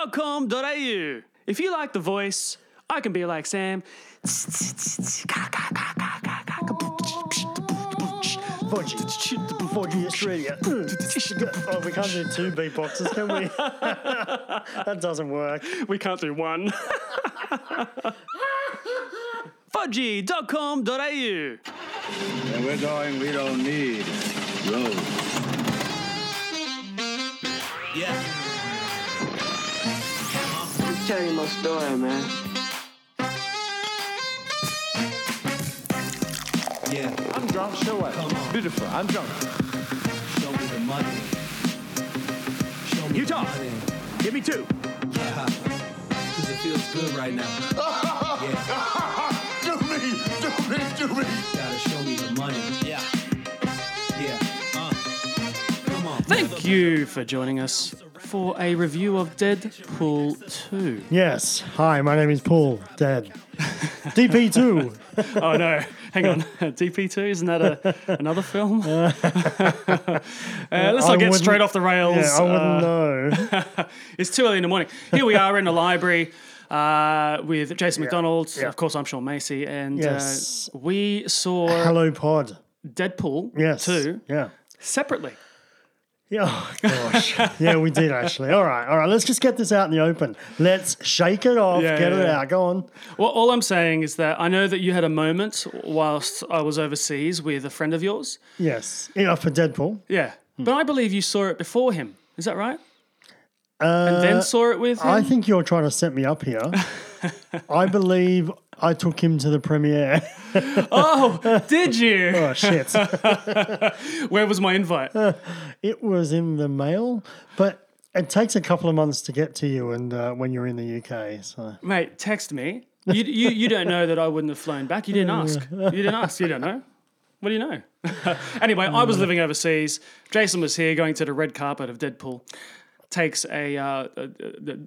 fudgy.com.au. If you like the voice, I can be like Sam. Fudgy. Fudgy Australia. oh, we can't do two beatboxes, can we? that doesn't work. We can't do one. fudgy.com.au. Where we're going, we don't need roads. Yeah. Tell you my story, man. Yeah. I'm drunk, so what? Come on. Beautiful, I'm drunk. Show me the money. Show me Utah. the money. Give me two. Yeah. Cause it feels good right now. yeah. Do me, do me, do me. Gotta show me the money. Yeah. Yeah. Uh. Come on. Thank you for joining us for a review of Deadpool 2. Yes. Hi, my name is Paul. Dead. DP2. Oh no, hang on. DP2 isn't that a, another film? uh, let's I not get wouldn't- straight off the rails. Yeah, I Uh, wouldn't know. It's too early in the morning. Here we are in the library uh, with Jason McDonald. yeah. Of course, I'm Sean Macy, and Yes. uh, we saw Hello, Pod. Deadpool Yes. 2 Yeah. separately. Yeah, oh gosh. yeah, we did actually. All right, all right. Let's just get this out in the open. Let's shake it off. Yeah, get yeah, it yeah. out. Go on. Well, all I'm saying is that I know that you had a moment whilst I was overseas with a friend of yours. Yes. Yeah, for Deadpool. Yeah. Hmm. But I believe you saw it before him. Is that right? Uh, And then saw it with him? I think you're trying to set me up here. I believe I took him to the premiere. oh, did you? oh shit! Where was my invite? it was in the mail, but it takes a couple of months to get to you, and uh, when you're in the UK, so Mate, text me. You, you, you don't know that I wouldn't have flown back. You didn't ask. You didn't ask. You don't know. What do you know? anyway, I was living overseas. Jason was here going to the red carpet of Deadpool. Takes a, uh, a, a,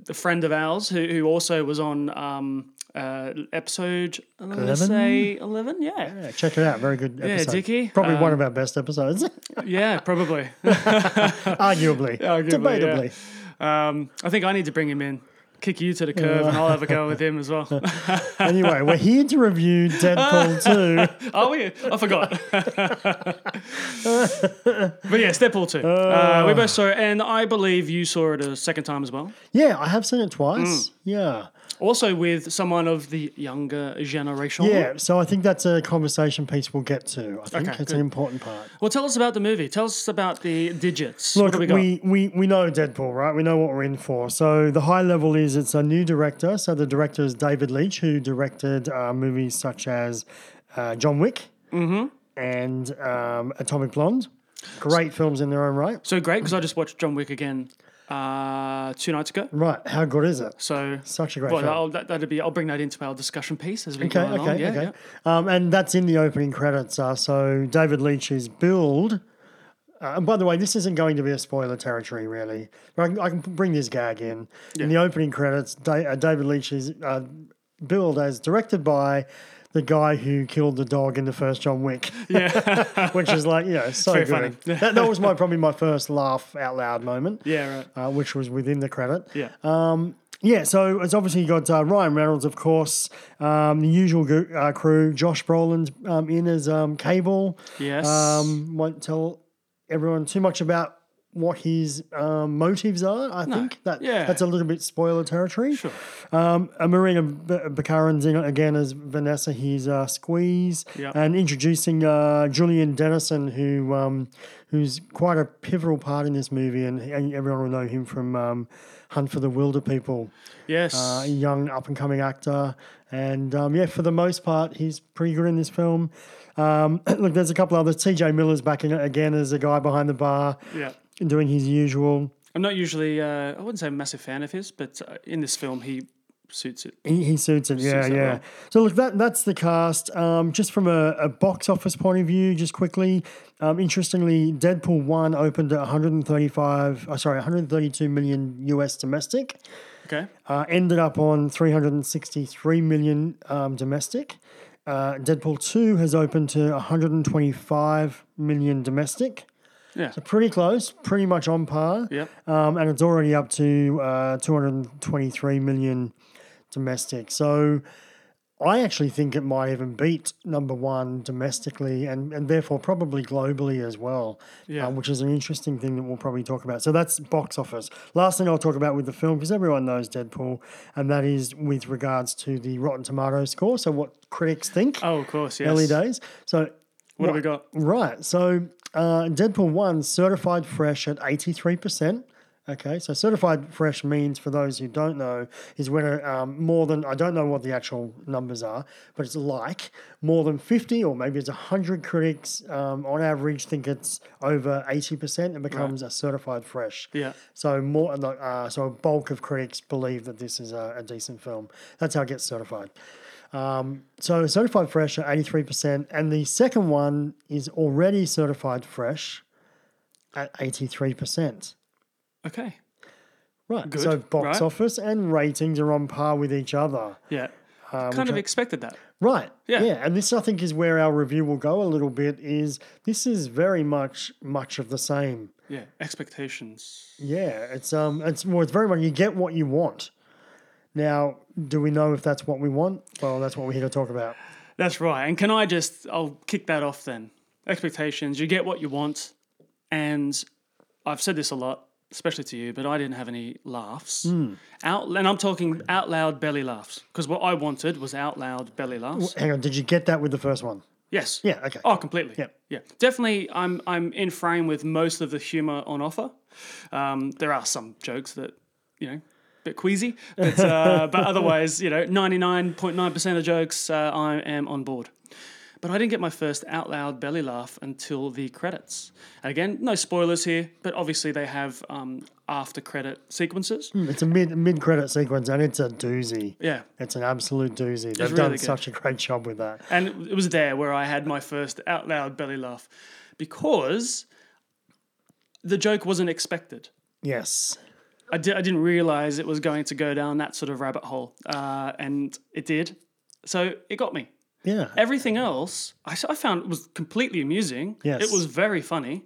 a friend of ours who, who also was on um, uh, episode, I wanna 11? say 11, yeah. yeah, check it out. Very good episode. Dickie. um, Probably one of our best episodes, Yeah, probably. arguably, Arguably, debatably. yeah. Um, I think I need to bring him in, kick you to the curb, and I'll have a go with him as well. Anyway, we're here to review Deadpool 2. Oh, yeah, I forgot. but yeah, Deadpool 2. Uh, we both saw it, and I believe you saw it a second time as well. Yeah, I have seen it Mm. twice. Yeah. Also with someone of the younger generation. Yeah, so I think that's a conversation piece we'll get to. I think Okay, it's good. an important part. Well, tell us about the movie. Tell us about the digits. what Look, do we we, got? we, we, know Deadpool, right? We know what we're in for. So the high level is it's a new director. So the director is David Leitch, who directed uh, movies such as uh, John Wick Mm-hmm. and um, Atomic Blonde. Great films in their own right. so great, because I just watched John Wick again uh, two nights ago. Right, how good is it? So Such a great well, film. I'll, that, that'd be, I'll bring that into our discussion piece as we Okay, go along. okay, yeah, okay. yeah. Um, and that's in the opening credits. Uh, so David Leitch's build. Uh, and by the way, this isn't going to be a spoiler territory, really. But I can, I can bring this gag in. In the opening credits, da- uh, David Leitch's uh, build as directed by the guy who killed the dog in the first John Wick. Yeah. Which is like, you know, so Very good. funny. That, that was my probably my first laugh out loud moment. Yeah, right. Uh, which was within the credit. Yeah. Yeah, so it's obviously got uh, Ryan Reynolds, of course, um, the usual go- uh, crew. Josh Brolin's um, in as um, Cable. yes. Um, won't tell everyone too much about what his um, motives are. I think that yeah. that's a little bit spoiler territory. Sure. Um, uh, Marina B- Bakarin's in it again as Vanessa. He's uh, Squeeze, Yep. and introducing uh, Julian Dennison, who um, who's quite a pivotal part in this movie, and, and everyone will know him from um, Hunt for the Wilder People yes. a young up and coming actor. And um, yeah, for the most part, he's pretty good in this film. Um, look, there's a couple others. TJ Miller's back in it again as a guy behind the bar yeah. doing his usual. I'm not usually, uh, I wouldn't say a massive fan of his, but uh, in this film, he suits it. He, he suits it, yeah, Suits it yeah. well. So look, that that's the cast. Um, just from a, a box office point of view, just quickly. Um, interestingly, Deadpool one opened at 135, oh, sorry, 132 million US domestic. Okay. uh, ended up on 363 million um, domestic. Uh, Deadpool 2 has opened to 125 million domestic. Yeah. So pretty close, pretty much on par. Yep. Um, and it's already up to uh, 223 million domestic. So I actually think it might even beat number one domestically and, and therefore probably globally as well, Yeah. uh, which is an interesting thing that we'll probably talk about. So that's box office. Last thing I'll talk about with the film, because everyone knows Deadpool, and that is with regards to the Rotten Tomatoes score. So what critics think Oh, of course, yes. early days. So What have we got? Right. So uh, Deadpool 1 certified fresh at 83%. Okay. So certified fresh means, for those who don't know, is when a, um, more than, I don't know what the actual numbers are, but it's like more than 50 or maybe it's 100 critics um, on average think it's over 80% and becomes a certified fresh. Yeah. So more, uh, so a bulk of critics believe that this is a, a decent film. That's how it gets certified. Um, so certified fresh at eighty three percent, and the second one is already certified fresh at eighty three percent. Okay. Right. Good, So box right. office and ratings are on par with each other. Yeah. kind of expected that. Right. Yeah. Yeah. And this, I think, is where our review will go a little bit. Is this is very much much of the same. Yeah. Expectations. Yeah, it's um, it's well, it's very much you get what you want. Now, do we know if that's what we want? Well, that's what we're here to talk about. That's right. And can I just, I'll kick that off then. Expectations, you get what you want. And I've said this a lot, especially to you, but I didn't have any laughs. Out, and I'm talking out loud belly laughs, because what I wanted was out loud belly laughs. Hang on, did you get that with the first one? Yes. Yeah, okay. Oh, completely. Yeah. Yeah. Definitely, I'm I'm in frame with most of the humor on offer. Um, there are some jokes that you know, a bit queasy, but uh, but otherwise, you know, ninety nine point nine percent of jokes, uh, I am on board. But I didn't get my first out loud belly laugh until the credits. And again, no spoilers here, but obviously they have um, after credit sequences. It's a mid mid credit sequence, and it's a doozy. Yeah. It's an absolute doozy. They've really done good. such a great job with that. And it was there where I had my first out loud belly laugh because the joke wasn't expected. Yes. I, di- I didn't realize it was going to go down that sort of rabbit hole, uh, and it did. So it got me. Yeah. Everything else I, s- I found was completely amusing. Yes. It was very funny.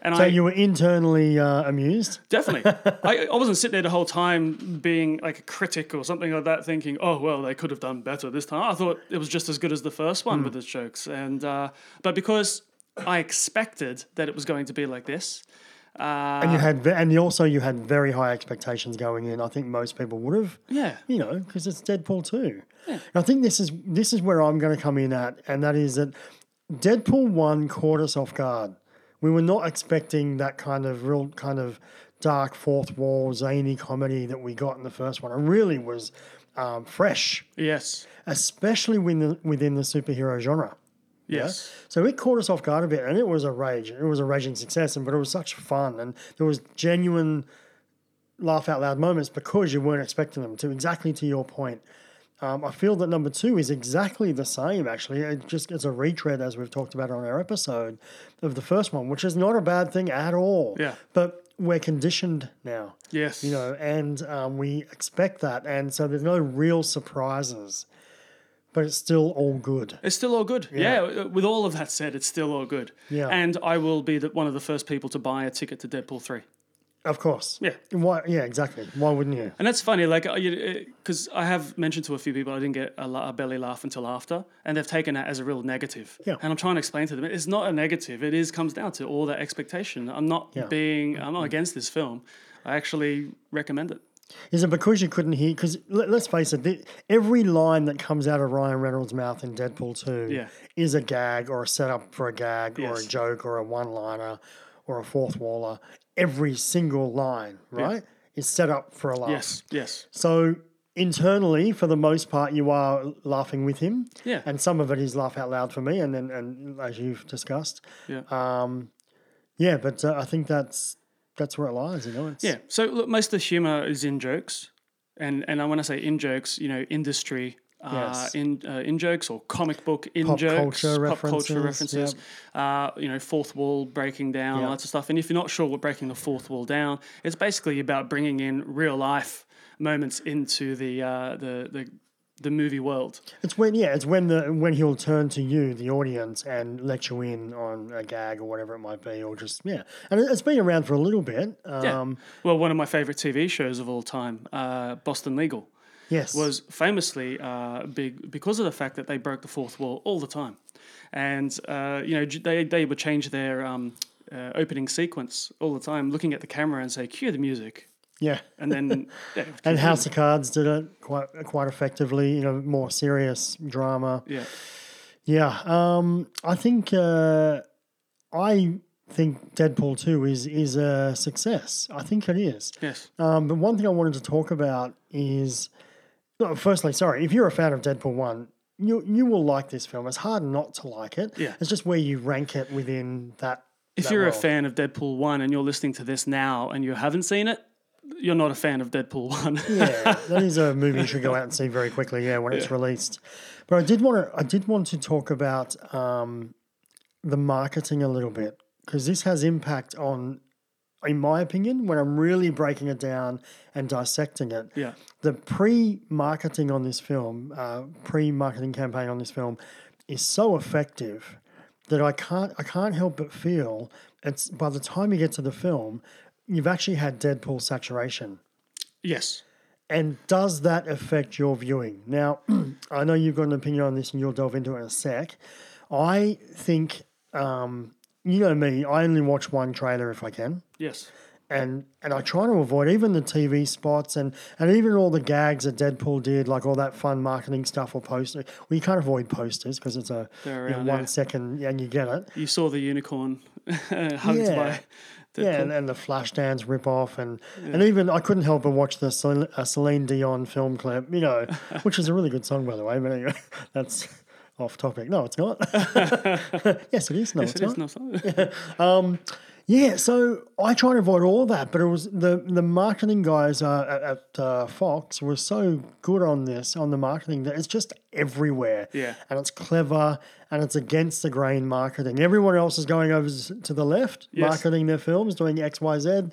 And so I you were internally uh, amused. definitely, I, I wasn't sitting there the whole time being like a critic or something like that, thinking, oh, well, they could have done better this time. I thought it was just as good as the first Hmm. one with its jokes. And, uh, but because I expected that it was going to be like this, And Uh. you had, ve- and you also you had very high expectations going in. I think most people would have. yeah, you know, because it's Deadpool two. And I think this is this is where I'm going to come in at, and that is that Deadpool one caught us off guard. We were not expecting that kind of real kind of dark fourth wall zany comedy that we got in the first one. It really was um, fresh, yes, especially within the, within the superhero genre. yes. So it caught us off guard a bit, and it was a rage. It was a raging success, and but it was such fun, and there was genuine laugh out loud moments because you weren't expecting them to. Exactly to your point, um, I feel that number two is exactly the same. Actually, it just it's a retread as we've talked about on our episode of the first one, which is not a bad thing at all. Yeah. but we're conditioned now. Yes. You know, and um, we expect that, and so there's no real surprises, but it's still all good. It's still all good. Yeah. uh, With all of that said, it's still all good. Yeah. And I will be the, one of the first people to buy a ticket to Deadpool three. Of course. Yeah. Why? Yeah, exactly. Why wouldn't you? And that's funny, like, uh, because I have mentioned to a few people I didn't get a, la- a belly laugh until after, and they've taken that as a real negative. Yeah. And I'm trying to explain to them it's not a negative. It is comes down to all that expectation. I'm not Yeah. Mm-hmm. being, I'm not against this film. I actually recommend it. Is it because you couldn't hear? Because let, us face it, the, every line that comes out of Ryan Reynolds' mouth in Deadpool 2 Yeah. is a gag or a setup for a gag or Yes. a joke or a one liner or a fourth waller. Every single line, right, is set up for a laugh. Yes. Yes. So internally, for the most part, you are laughing with him. Yeah. And some of it is laugh out loud for me, and then and as you've discussed. Yeah. Um, yeah, but uh, I think that's that's where it lies. You know, it's Yeah. So look, most of the humor is in jokes, and and I want to say in jokes, you know, industry. Uh, Yes. in uh, in jokes or comic book in Pop jokes, culture pop culture references, references, uh, you know, fourth wall breaking down, Yep. lots of stuff. And if you're not sure what breaking the fourth wall down, it's basically about bringing in real life moments into the uh, the the the movie world. It's when yeah, it's when the when he'll turn to you, the audience, and let you in on a gag or whatever it might be, or just yeah. And it- it's been around for a little bit. Yeah. Um, well, one of my favorite TV shows of all time, uh, Boston Legal, Yes. was famously uh, big because of the fact that they broke the fourth wall all the time, and uh, you know j- they they would change their um, uh, opening sequence all the time, looking at the camera and say, "Cue the music," yeah. and then yeah, And House of Cards did it quite quite effectively. You know, more serious drama. yeah. Yeah, um, I think uh, I think Deadpool two is is a success. I think it is. Yes. Um, but one thing I wanted to talk about is, no, firstly, sorry, if you're a fan of Deadpool one, you you will like this film. It's hard not to like it. Yeah. it's just where you rank it within that. If that you're a world. fan of Deadpool 1 and you're listening to this now and you haven't seen it, you're not a fan of Deadpool 1. yeah, that is a movie you should go out and see very quickly. Yeah, when it's released. But I did want to I did want to talk about um, the marketing a little bit because this has impact on, in my opinion, when I'm really breaking it down and dissecting it. Yeah. The pre-marketing on this film, uh, pre-marketing campaign on this film, is so effective that I can't I can't help but feel it's by the time you get to the film, you've actually had Deadpool saturation. yes. And does that affect your viewing? Now, I know you've got an opinion on this and you'll delve into it in a sec. I think, um, you know me, I only watch one trailer if I can. Yes. And, and I try to avoid even the TV spots and, and even all the gags that Deadpool did, like all that fun marketing stuff or posters. Well, you can't avoid posters because it's a you They're know, around, yeah. one second and you get it. You saw the unicorn uh, hugged Yeah. by Yeah, Deadpool. and, and the Flashdance rip-off, and, and even I couldn't help but watch the Celine, uh, Celine Dion film clip, you know, which is a really good song, by the way, but anyway, that's off topic. No, it's not. yes, it is. No, it's It not. is not so- Yeah, so I try to avoid all that, but it was the the marketing guys uh, at, at uh, Fox were so good on this on the marketing that it's just everywhere. Yeah. and it's clever and it's against the grain marketing. Everyone else is going over s- to the left, Yes. marketing their films, doing X, Y, Z,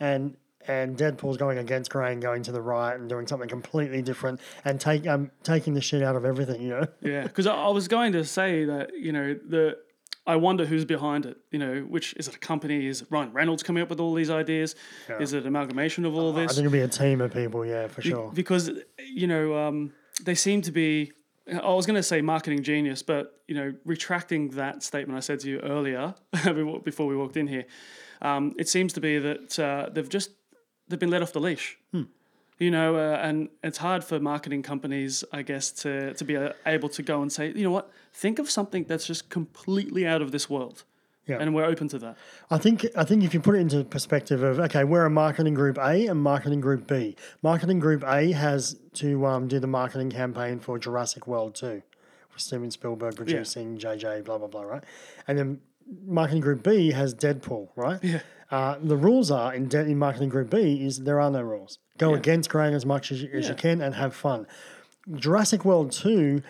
and and Deadpool's going against grain, going to the right and doing something completely different and take um taking the shit out of everything. You know, Yeah, because I, I was going to say that you know the I wonder who's behind it. You know, which is it a company? Is Ryan Reynolds coming up with all these ideas? Is it amalgamation of all I this? think it'll be a team of people. Yeah, for sure. Because you know um, they seem to be. I was going to say marketing genius, but you know, retracting that statement I said to you earlier before we walked in here, um, it seems to be that uh, they've just they've been let off the leash. Hmm. You know, uh, and it's hard for marketing companies, I guess, to to be uh, able to go and say, you know what, think of something that's just completely out of this world, Yeah. and we're open to that. I think I think if you put it into perspective of okay, we're a marketing group A and marketing group B. Marketing group A has to um, do the marketing campaign for Jurassic World two, with Steven Spielberg producing, JJ, blah blah blah, right? And then marketing group B has Deadpool, right? Yeah. Uh, the rules are in, de- in marketing group B is there are no rules. Go against grain as much as, you- as you can and have fun. Jurassic World two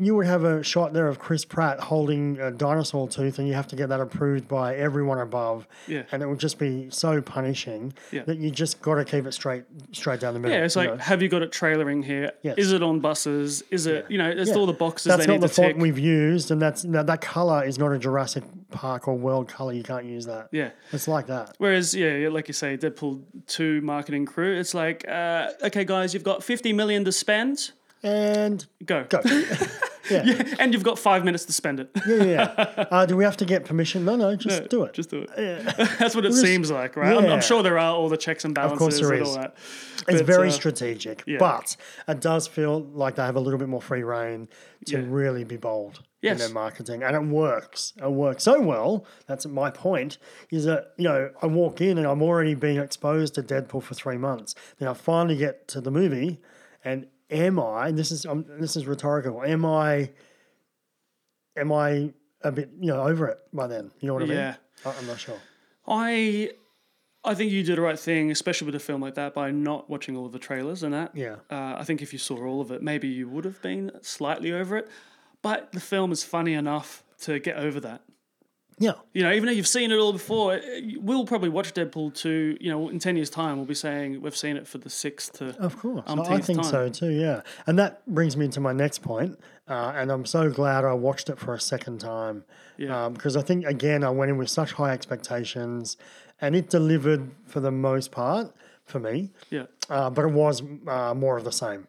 you would have a shot there of Chris Pratt holding a dinosaur tooth, and you have to get that approved by everyone above. Yeah. And it would just be so punishing Yeah. that you just got to keep it straight, straight down the middle. Yeah, it's you like, know. have you got it trailering here? Is Yes. it on buses? Is it, you know, it's Yeah. all the boxes That's they not need the to font tick. we've used, and that's that, that color is not a Jurassic Park or World color. You can't use that. Yeah. It's like that. Whereas, yeah, yeah, like you say, Deadpool 2 marketing crew, it's like, uh, okay, guys, you've got 50 million to spend, And go. go. yeah. and you've got five minutes to spend it. Yeah. yeah. Uh, do we have to get permission? No, no. Just do it. Just do it. That's what it was- seems like, right? I'm, yeah. I'm sure there are all the checks and balances course there and is. all that. It's But, very uh, strategic, but it does feel like they have a little bit more free reign to Yeah. really be bold in Yes. their marketing, and it works. It works so well. That's my point. Is that you know I walk in and I'm already being exposed to Deadpool for three months. Then I finally get to the movie, and am I? And this is um, this is rhetorical. Am I? Am I a bit you know over it by then? You know what I mean? Yeah. Uh, I- I'm not sure. I I think you did the right thing, especially with a film like that, by not watching all of the trailers and that. Yeah. Uh, I think if you saw all of it, maybe you would have been slightly over it. But the film is funny enough to get over that. Yeah. You know, even though you've seen it all before, it- it- we'll probably watch Deadpool 2, you know, in 10 years' time, we'll be saying we've seen it for the sixth to. Of course. I- I umpteenth think time. so too, yeah. And that brings me into my next point, uh, and I'm so glad I watched it for a second time. Yeah. Because I think, again, I went in with such high expectations, and it delivered for the most part for me, Yeah. uh, but it was uh, more of the same.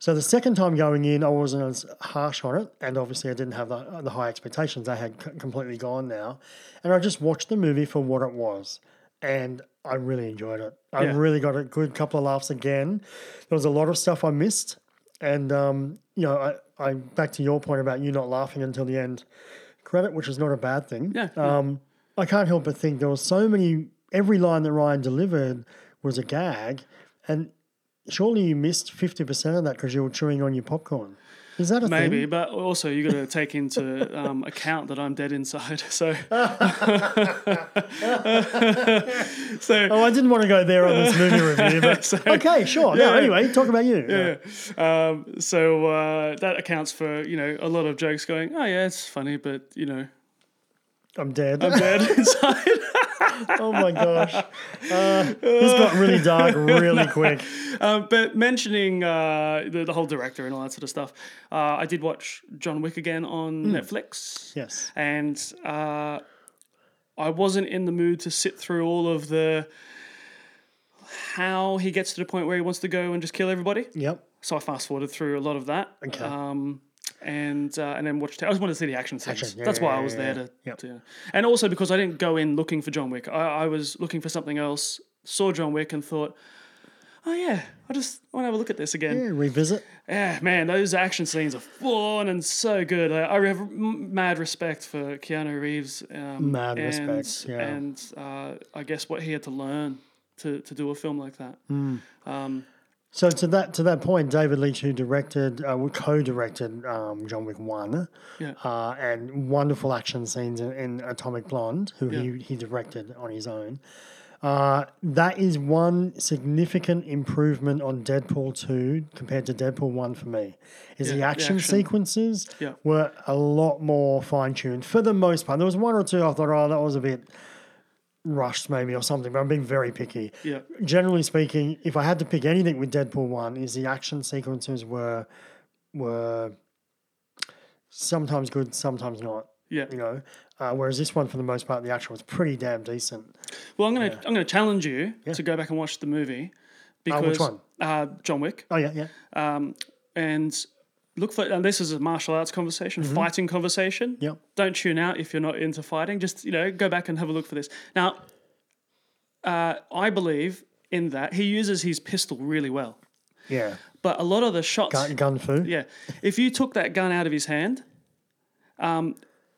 So the second time going in, I wasn't as harsh on it, and obviously I didn't have the, the high expectations. They had c- completely gone now, and I just watched the movie for what it was, and I really enjoyed it. I Yeah. really got a good couple of laughs again. There was a lot of stuff I missed, and um, you know, I, I back to your point about you not laughing until the end credit, which is not a bad thing. Yeah. Um, I can't help but think there were so many. Every line that Ryan delivered was a gag, and surely you missed fifty percent of that because you were chewing on your popcorn. Is that a Maybe, thing? but also you got to take into um, account that I'm dead inside. So, so Oh, I didn't want to go there on this movie review, but okay, sure. no, anyway, talk about you. Yeah. um, so uh, that accounts for you know a lot of jokes going. Oh yeah, it's funny, but you know, I'm dead. dead inside. oh my gosh, uh, this got really dark really quick. Um, but mentioning uh, the, the whole director and all that sort of stuff, uh, I did watch John Wick again on Netflix. Yes. and uh, I wasn't in the mood to sit through all of the how he gets to the point where he wants to go and just kill everybody. Yep. So I fast forwarded through a lot of that. Okay. Um, and uh, and then watched. I just wanted to see the action scenes. Action, yeah, That's why I yeah, was yeah, there yeah. to, Yep. to- And also because I didn't go in looking for John Wick. I, I was looking for something else. Saw John Wick and thought, oh yeah, I just want to have a look at this again. Yeah, revisit. Yeah, Eh, man, those action scenes are full on and so good. I, I have m- mad respect for Keanu Reeves. Um, Mad and, respect, yeah. And uh, I guess what he had to learn to, to do a film like that. Hmm. So to that to that point, David Leitch, who directed, uh, well, co-directed um, John Wick One, Yeah. uh, and wonderful action scenes in, in Atomic Blonde, who he, he directed on his own. Uh, that is one significant improvement on Deadpool two compared to Deadpool one for me. Is the the action, action. sequences Yeah. were a lot more fine tuned for the most part. There was one or two I thought, oh, that was a bit rushed maybe or something, but I'm being very picky Yeah. generally speaking, if I had to pick anything with Deadpool one, is the action sequences were were sometimes good, sometimes not. Yeah. You know, uh, whereas this one, for the most part, the action was pretty damn decent. Well, I'm gonna I'm gonna challenge you to go back and watch the movie because Uh, which one? uh, John Wick Oh yeah, yeah, and look for and this is a martial arts conversation, fighting conversation. Yep. Don't tune out if you're not into fighting. Just you know go back and have a look for this. Now, uh, I believe in that he uses his pistol really well, yeah. but a lot of the shots Gun, gun fu. yeah. If you took that gun out of his hand, um,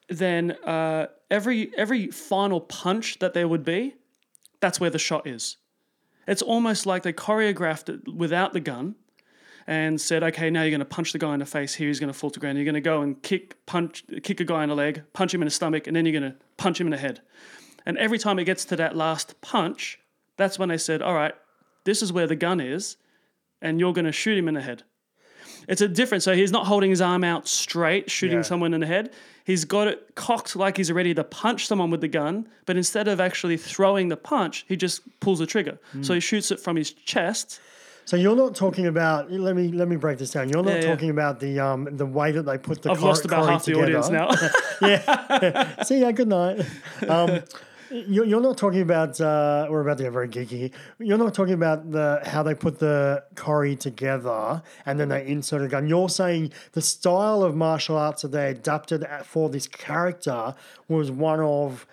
then uh, every every final punch that there would be, that's where the shot is. It's almost like they choreographed it without the gun and said, okay, now you're going to punch the guy in the face. Here he's going to fall to ground. You're going to go and kick punch kick a guy in the leg, punch him in the stomach, and then you're going to punch him in the head. And every time it gets to that last punch, that's when they said, all right, this is where the gun is, and you're going to shoot him in the head. It's a different. So he's not holding his arm out straight, shooting Yeah. someone in the head. He's got it cocked like he's ready to punch someone with the gun, but instead of actually throwing the punch, he just pulls the trigger. Hmm. So he shoots it from his chest. So you're not talking about. Let me let me break this down. You're not Yeah, yeah. talking about the um the way that they put the. I've lost about half the audience now. now. See ya. Good night. Um, you're, you're not talking about. Uh, we're about to get very geeky. You're not talking about the how they put the Cory together and then they insert a gun. You're saying the style of martial arts that they adapted at, for this character was one of.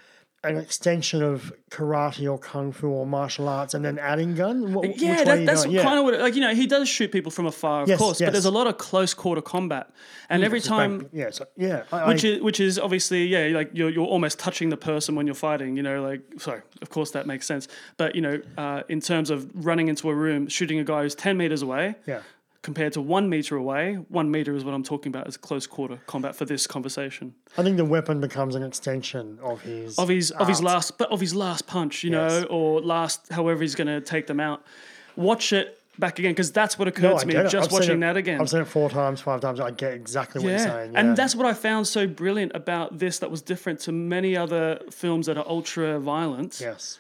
An extension of karate or kung fu or martial arts, and then adding gun. Wh- which way yeah, are that, you that's going? Yeah. kind of what it, like you know he does shoot people from afar, of Yes, course, yes. but there's a lot of close quarter combat, and every time. yeah, so, yeah. I- Which I- is, which is obviously yeah like you're, you're almost touching the person when you're fighting you know like sorry of course that makes sense but you know uh, in terms of running into a room shooting a guy who's 10 meters away yeah. compared to one meter away one meter is what i'm talking about as close quarter combat for this conversation I think the weapon becomes an extension of his of his of his art. last but of his last punch, you Yes. know, or last however he's going to take them out. Watch it back again because that's what occurred No, I to me get it. just I've seen watching it- that again. I've seen it four times, five times. I get exactly what yeah. you're saying. yeah. and that's what I found so brilliant about this. That was different to many other films that are ultra violent. yes.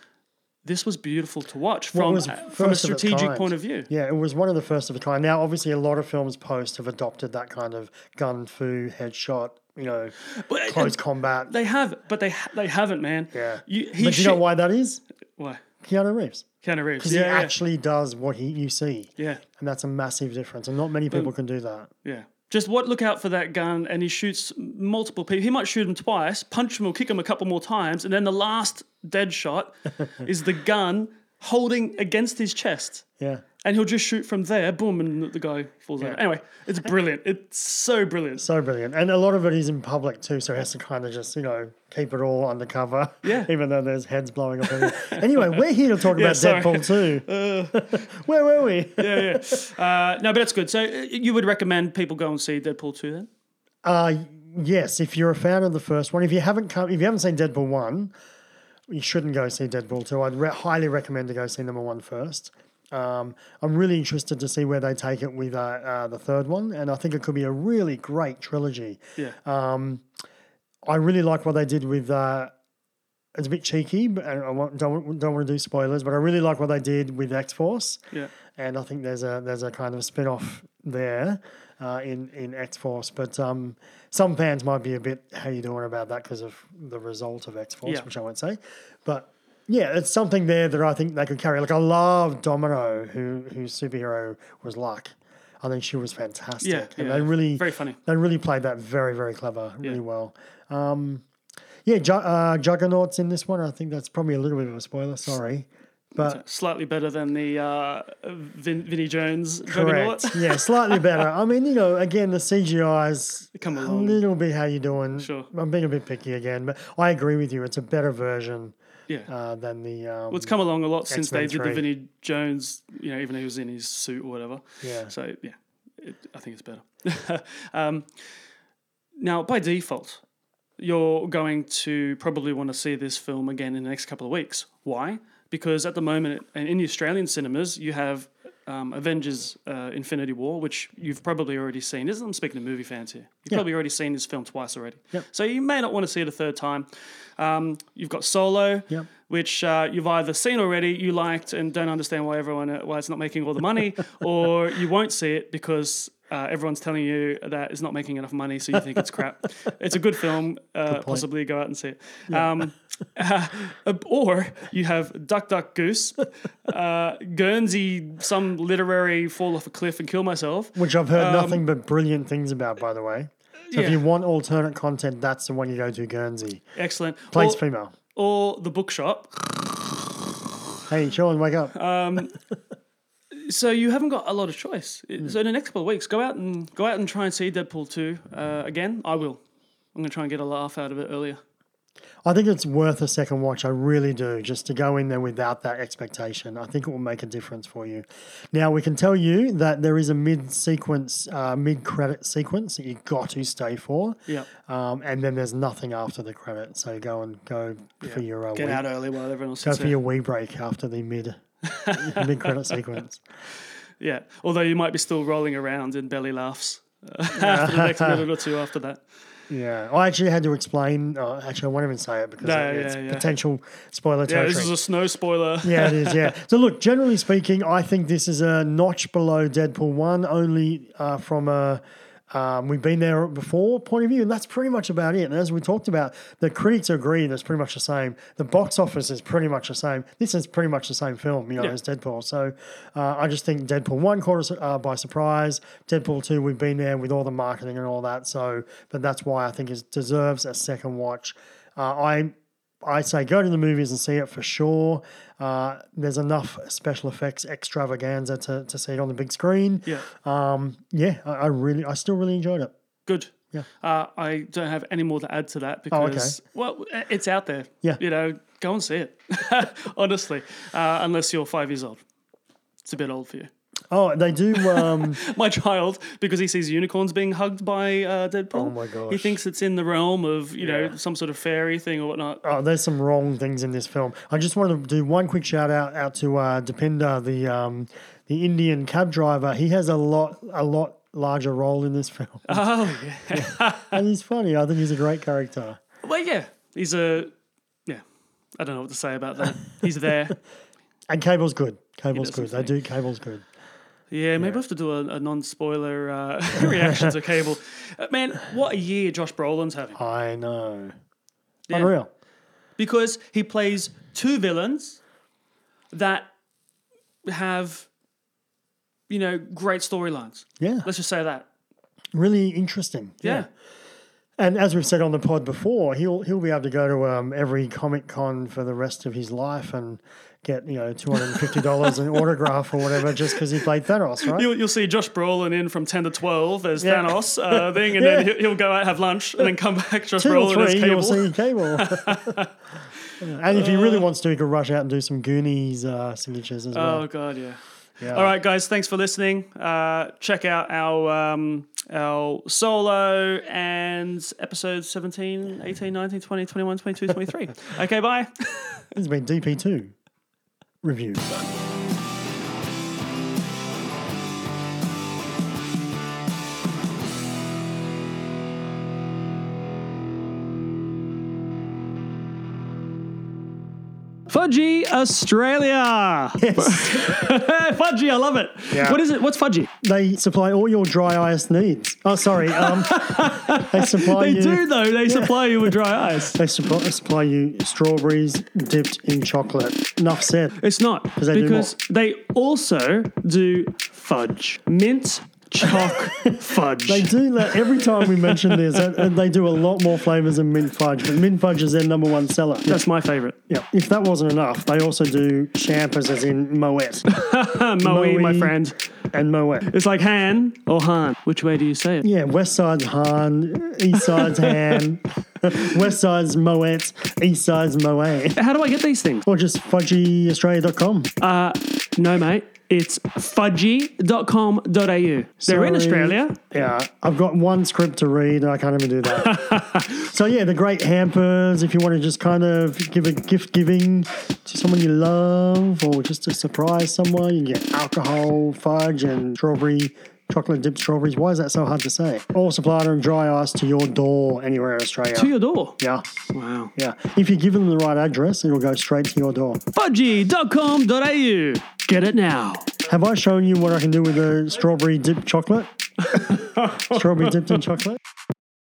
This was beautiful to watch Well, it from was uh, from a first of its strategic kind. point of view. Yeah, it was one of the first of a kind. Now, obviously, a lot of films post have adopted that kind of gun fu headshot, you know, But- close combat. They have, but they ha- they haven't, man. yeah, You, but he you know shit- why that is? Why? Keanu Reeves, Keanu Reeves. because Yeah, he yeah, actually does what he you see, yeah, and that's a massive difference. And not many people can do that. yeah. Just what? Look out for that gun, and he shoots multiple people. He might shoot him twice, punch him, or kick him a couple more times, and then the last dead shot is the gun holding against his chest, Yeah, and he'll just shoot from there, boom, and the guy falls over. Anyway, it's brilliant. It's so brilliant. so brilliant. And a lot of it is in public too, so he has to kind of just you know keep it all undercover. Yeah. even though there's heads blowing up. everywhere. anyway, we're here to talk Yeah, about sorry. Uh. Deadpool too. Where were we? yeah, yeah. Uh, no, but it's good. So uh, you would recommend people go and see Deadpool two then? Uh, yes, if you're a fan of the first one, if you haven't come, if you haven't seen Deadpool one, you shouldn't go see Deadpool two. I'd re- highly recommend to go see number one first. Um, I'm really interested to see where they take it with uh, uh, the third one, and I think it could be a really great trilogy. Yeah. I really like what they did with. Uh, it's a bit cheeky, but and I won't, don't don't want to do spoilers. But I really like what they did with X Force yeah. and I think there's a there's a kind of spin off there uh, in in X Force. But um, some fans might be a bit how you doing about that because of the result of X Force, Yeah. which I won't say. But yeah, it's something there that I think they could carry. Like I love Domino, who whose superhero was Luck. I think she was fantastic, Yeah, and yeah, they really very funny. They really played that very very clever, really well. Um, yeah, Ju- uh, Juggernaut's in this one. I think that's probably a little bit of a spoiler. Sorry, but slightly better than the uh, Vin- Vinnie Jones Juggernaut. Correct. yeah, slightly better. I mean, you know, again, the CGI's Come a along. little bit how you doing. Sure. I'm being a bit picky again, but I agree with you. It's a better version Yeah. uh, than the. Um, well, it's come along a lot since they did X-Men the 3. Vinnie Jones, you know, even though he was in his suit or whatever. Yeah. So, yeah, it, I think it's better. um, now, by default, you're going to probably want to see this film again in the next couple of weeks. Why? Because at the moment, and in the Australian cinemas, you have um, Avengers uh, Infinity War, which you've probably already seen. This is, I'm speaking to movie fans here. You've probably already seen this film twice already. So you may not want to see it a third time. Um, you've got Solo, Yep. which uh, you've either seen already, you liked, and don't understand why everyone uh, why it's not making all the money, or you won't see it because uh, everyone's telling you that it's not making enough money, so you think it's crap. It's a good film. Uh, possibly go out and see it. Um, uh, or you have Duck Duck Goose, uh, Guernsey, some literary fall off a cliff and kill myself. which I've heard nothing but brilliant things about, by the way. So um, yeah. if you want alternate content, that's the one you go to, Guernsey. Excellent. Plays or, female. or the bookshop. Hey, Sean, wake up. So you haven't got a lot of choice. It- Hmm. So in the next couple of weeks, go out and go out and try and see Deadpool two uh, again. I will. I'm gonna try and get a laugh out of it earlier. I think it's worth a second watch. I really do. Just to go in there without that expectation, I think it will make a difference for you. Now we can tell you that there is a mid-sequence, uh, mid-credit sequence that you got to stay for. Yeah. Um, and then there's nothing after the credit, so go and go for your uh, Get wee, out early while everyone else go is for your wee break after the mid mid-credit sequence. Yeah. Although you might be still rolling around in belly laughs uh, after the next minute or two after that. Yeah, I actually had to explain. Uh, actually, I won't even say it because No, it's yeah, yeah. potential spoiler Yeah, territory. this is a snow spoiler. yeah, it is. Yeah. So look, generally speaking, I think this is a notch below Deadpool one, only uh, from a um, we've been there before point of view, and that's pretty much about it. And as we talked about, the critics agree that's pretty much the same. The box office is pretty much the same. This is pretty much the same film, you know, Yeah. as Deadpool. So uh, I just think Deadpool one caught us uh, by surprise. Deadpool two, we've been there with all the marketing and all that. So, but that's why I think it deserves a second watch. Uh, I I say go to the movies and see it for sure. Uh, there's enough special effects extravaganza to, to see it on the big screen. Yeah. Um, yeah, I, I really, I still really enjoyed it. Good. Yeah. Oh, Uh, I don't have any more to add to that okay. because, well, it's out there. Yeah. You know, go and see it. Honestly, uh, unless you're five years old. It's a bit old for you. Oh, they do. Um, My child, because he sees unicorns being hugged by uh, Deadpool. Oh my He gosh. thinks it's in the realm of, you know, some sort of fairy thing or whatnot. oh, there's some wrong things in this film. I just wanted to do one quick shout out out to uh, Depender, the um, the Indian cab driver, he has a lot, a lot larger role in this film. Oh, yeah. and he's funny. I think he's a great character. Well, yeah. He's a. Yeah. I don't know what to say about that. He's there. And Cable's good. Cable's does some good. They do. Cable's good. Yeah, maybe we'll have to do a, a non spoiler uh, reaction to Cable. Uh, man, what a year Josh Brolin's having. I know. Yeah. Unreal. because he plays two villains that have you know great storylines Yeah. let's just say that Really interesting. yeah, And as we've said on the pod before, he'll he'll be able to go to um, every comic con for the rest of his life and get you know two hundred and fifty dollars an autograph or whatever just because he played Thanos, right? You'll, you'll see Josh Brolin in from 10 to 12 as Yeah. Thanos uh, thing, and then he'll, he'll go out, have lunch, and then come back, Josh Two or Brolin as three, Cable. you'll see Cable. and if he really wants to, he could rush out and do some Goonies uh, signatures as well. Oh, God, yeah. Yeah. All right, guys, thanks for listening. Uh, check out our um, our solo and episodes 17, 18, 19, 20, 21, 22, 23. okay, bye. This has been DP two review. Fudgy Australia. Yes. fudgy, I love it. Yeah. What is it? What's fudgy? they supply all your dry ice needs. Oh, sorry. Um, they supply They you. do though. They supply you with dry ice. They supply, supply you strawberries dipped in chocolate. Enough said. It's not they do because they also do fudge, mint, chalk, fudge. They do that every time we mention this, and, and they do a lot more flavors than mint fudge, but mint fudge is their number one seller. That's my favorite. Yeah. If that wasn't enough, they also do champers, as in Moet Uh, Moe, my Moe. friend. and Moet. It's like Han or Han. Which way do you say it? Yeah, West Side's Han, East Side's Han, West Side's Moet, East Side's Moet, How do I get these things? or just fudgyaustralia.com. No, mate. It's fudgy.com.au. They're in Australia. Yeah, I've got one script to read. and I can't even do that. so yeah, the great hampers. If you want to just kind of give a gift giving to someone you love, or just to surprise someone, you get alcohol, fudge, and strawberry. Chocolate dipped strawberries. Why is that so hard to say? All supplied on dry ice to your door anywhere in Australia. To your door. yeah, Wow. yeah. If you give them the right address, it'll go straight to your door. Fudgy.com.au. Get it now. Have I shown you what I can do with a strawberry dipped chocolate? strawberry dipped in chocolate.